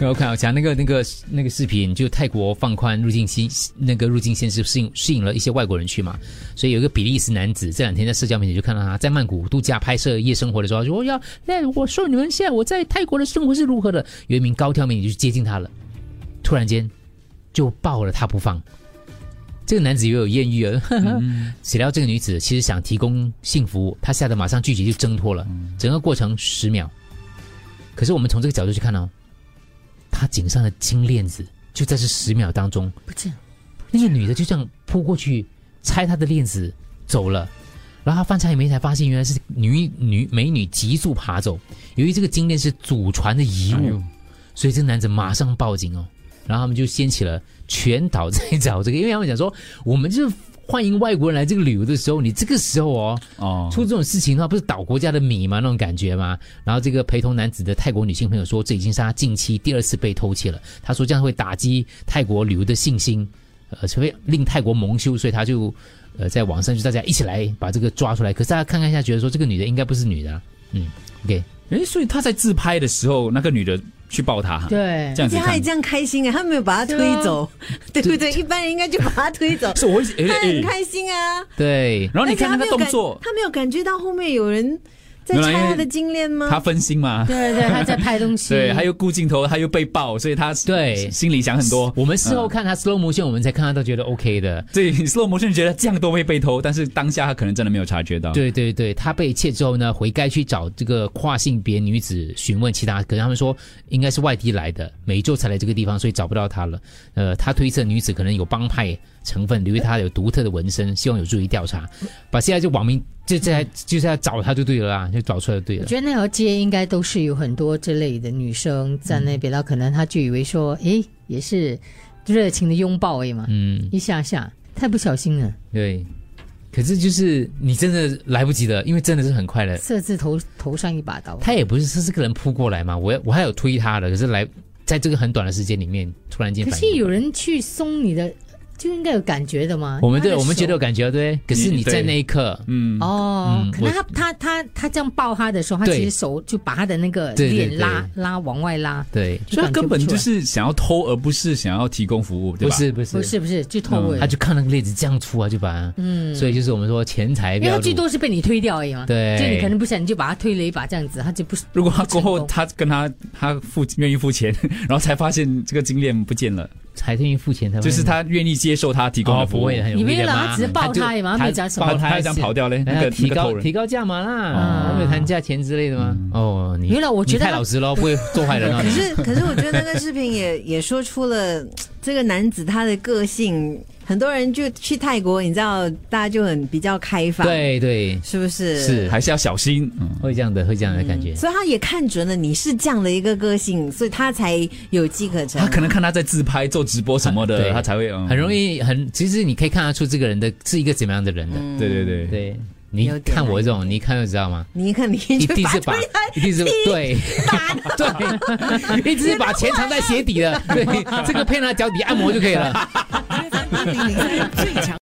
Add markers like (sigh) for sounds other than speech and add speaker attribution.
Speaker 1: 我看我讲那个那个那个视频，就泰国放宽入境新那个入境限制，吸引吸引了一些外国人去嘛。所以有一个比利时男子这两天在社交媒体就看到他在曼谷度假拍摄夜生活的时候，他说我要那我说你们现在我在泰国的生活是如何的。有一名高挑美女就接近他了，突然间就抱了他不放。这个男子也有艳遇啊，谁料这个女子其实想提供性服务，她吓得马上拒绝就挣脱了，整个过程十秒。可是我们从这个角度去看哦，她颈上的金链子就在这十秒当中，
Speaker 2: 不见了，
Speaker 1: 那个女的就这样扑过去拆她的链子走了，然后她翻查也没才发现原来是女女美女急速爬走，由于这个金链是祖传的遗
Speaker 3: 哎
Speaker 1: 物，
Speaker 3: 呦
Speaker 1: 所以这个男子马上报警哦，然后他们就掀起了全岛在找这个，因为他们讲说，我们就是欢迎外国人来这个旅游的时候，你这个时候哦
Speaker 3: 哦，
Speaker 1: 出这种事情的话，不是倒国家的米吗？那种感觉吗？然后这个陪同男子的泰国女性朋友说，这已经是他近期第二次被偷窃了。他说这样会打击泰国旅游的信心，呃，除非令泰国蒙羞，所以他就呃在网上就大家一起来把这个抓出来。可是大家看看一下，觉得说这个女的应该不是女的、啊，嗯，OK，
Speaker 3: 哎，所以他在自拍的时候，那个女的去抱他，
Speaker 2: 对
Speaker 3: 这，样
Speaker 2: 哎呀
Speaker 3: 子
Speaker 2: 他还
Speaker 3: 看，
Speaker 2: 这。样开心哎，他没有把他推走， (laughs) 对不对？一般人应该就把他推走
Speaker 3: 是我会 (laughs) 哎
Speaker 2: 他
Speaker 3: 哎
Speaker 2: 很，开心啊。
Speaker 1: 对。
Speaker 3: 然后你看
Speaker 2: 而且他
Speaker 3: 那
Speaker 2: 没
Speaker 3: 个
Speaker 2: 有
Speaker 3: 动
Speaker 2: 感
Speaker 3: 作，
Speaker 2: 他没有感觉到后面有人在
Speaker 3: 没有啦
Speaker 2: 拆
Speaker 3: 因为
Speaker 2: 他的金链吗？
Speaker 3: 他分心嘛，
Speaker 2: 对对，他在拍
Speaker 1: (laughs)
Speaker 2: 东西，
Speaker 3: 对，他又顾镜头，他又被抱，所以他
Speaker 1: 对
Speaker 3: 心里想很多。
Speaker 1: 我们事后
Speaker 3: 嗯
Speaker 1: 看他 slow motion，我们才看到都觉得 OK 的。
Speaker 3: 对 slow motion 觉得这样都会被偷，但是当下他可能真的没有察觉到。
Speaker 1: 对对对，他被窃之后呢，回该区找这个跨性别女子询问其他，可是他们说应该是外地来的，每周才来这个地方，所以找不到他了。呃，他推测女子可能有帮派成分，由于她有独特的纹身，希望有助于调查。把现在就网民就在就是在找他就对了啦，就找出来就对
Speaker 4: 我
Speaker 1: 了。
Speaker 4: 觉得那条街应该都是有很多这类的女生在那边，然后可能她就以为说，诶，也是热情的拥抱而已嘛，
Speaker 1: 嗯，
Speaker 4: 一下下太不小心了，
Speaker 1: 对。可是就是你真的来不及了，因为真的是很快的。
Speaker 4: 射自头头上一把刀。
Speaker 1: 他也不是是这个人扑过来嘛，我我还有推他的，可是来在这个很短的时间里面突然间
Speaker 4: 可
Speaker 1: 反应
Speaker 4: 是
Speaker 1: 过来。
Speaker 4: 有人去松你的，就应该有感觉的嘛。
Speaker 1: 我们对
Speaker 4: 哎她的
Speaker 1: 我们觉得有
Speaker 4: 手
Speaker 1: 感觉，对不对。可是
Speaker 3: 你
Speaker 1: 你在
Speaker 3: 对
Speaker 1: 那一刻，
Speaker 3: 嗯，
Speaker 4: 哦，
Speaker 1: 嗯
Speaker 4: 可能他他他他这样抱他的时候，他
Speaker 1: 对
Speaker 4: 其实手就把他的那个
Speaker 1: 对对
Speaker 4: 脸拉拉往外拉，
Speaker 1: 对，
Speaker 3: 所以他根本
Speaker 4: 感觉
Speaker 3: 就
Speaker 4: 不出
Speaker 3: 是想要偷，而不是想要提供服务，对
Speaker 1: 不
Speaker 3: 吧？
Speaker 1: 是不
Speaker 4: 不
Speaker 1: 是，
Speaker 4: 是不是就偷
Speaker 3: 嗯
Speaker 4: 尾
Speaker 1: 他，就看那个链子这样出啊，就把，
Speaker 4: 嗯，
Speaker 1: 所以就是我们说钱财
Speaker 4: 因
Speaker 1: 不
Speaker 4: 为
Speaker 1: 要
Speaker 4: 他
Speaker 1: 入
Speaker 4: 最多是被你推掉而已嘛。
Speaker 1: 对
Speaker 4: 就你可能不想，你就把他推了一把这样子，他就不是
Speaker 3: 如果他过
Speaker 4: 不
Speaker 3: 后
Speaker 4: 成功
Speaker 3: 他跟他他付愿意付钱，然后才发现这个金链不见了，
Speaker 1: 才愿意付钱，他
Speaker 3: 就是他愿意接受他提供
Speaker 1: 哦
Speaker 3: 的服
Speaker 1: 不
Speaker 3: 务，
Speaker 1: 会很
Speaker 4: 你
Speaker 1: 有
Speaker 4: 没
Speaker 1: 威
Speaker 4: 有
Speaker 1: 的
Speaker 4: 啦，
Speaker 1: 嘛，
Speaker 4: 他只是抱
Speaker 1: 就
Speaker 4: 他而已嘛，他没有讲什
Speaker 3: 他
Speaker 4: 么。
Speaker 1: 抱他
Speaker 3: 他想跑掉嘞，那
Speaker 1: 哎
Speaker 3: 个
Speaker 1: 提
Speaker 3: 那个
Speaker 1: 高
Speaker 3: 偷人哦嗯
Speaker 1: 提高价码啦，
Speaker 4: 啊
Speaker 1: 没有谈价钱之类的吗？哦，你
Speaker 4: 原来我觉得
Speaker 1: 你太
Speaker 4: 他
Speaker 1: 老
Speaker 4: (laughs)
Speaker 1: 实了，不会做坏人啊
Speaker 2: 可
Speaker 1: 你。
Speaker 2: 是，可是我觉得那个视频也 (laughs) 也说出了这个男子他的个性。很多人就去泰国，你知道，大家就很比较开放，，
Speaker 1: 对对，
Speaker 2: 是不是？
Speaker 1: 是
Speaker 3: 还是要小心。嗯，
Speaker 1: 会这样的，会这样的感觉。
Speaker 2: 所以他也看准了你是这样的一个个性，所以他才有机可乘。
Speaker 3: 他可能看他在自拍、做直播什么
Speaker 1: 啊对
Speaker 3: 的，他才会嗯
Speaker 1: 很容易很，其实你可以看得出这个人的是一个怎么样的人的。
Speaker 4: 嗯
Speaker 3: 对对对，
Speaker 1: 对，你
Speaker 2: 有点
Speaker 1: 看我
Speaker 2: 难
Speaker 1: 这种，你一看就知道吗？
Speaker 2: 你一看，你
Speaker 1: 一
Speaker 2: 就
Speaker 1: 定是把
Speaker 2: 推开，
Speaker 1: 一定是
Speaker 2: (laughs)
Speaker 1: 对对，一直是把钱藏在鞋底的，对，这个配上脚底按摩就可以了。
Speaker 5: FM 一零零三最强。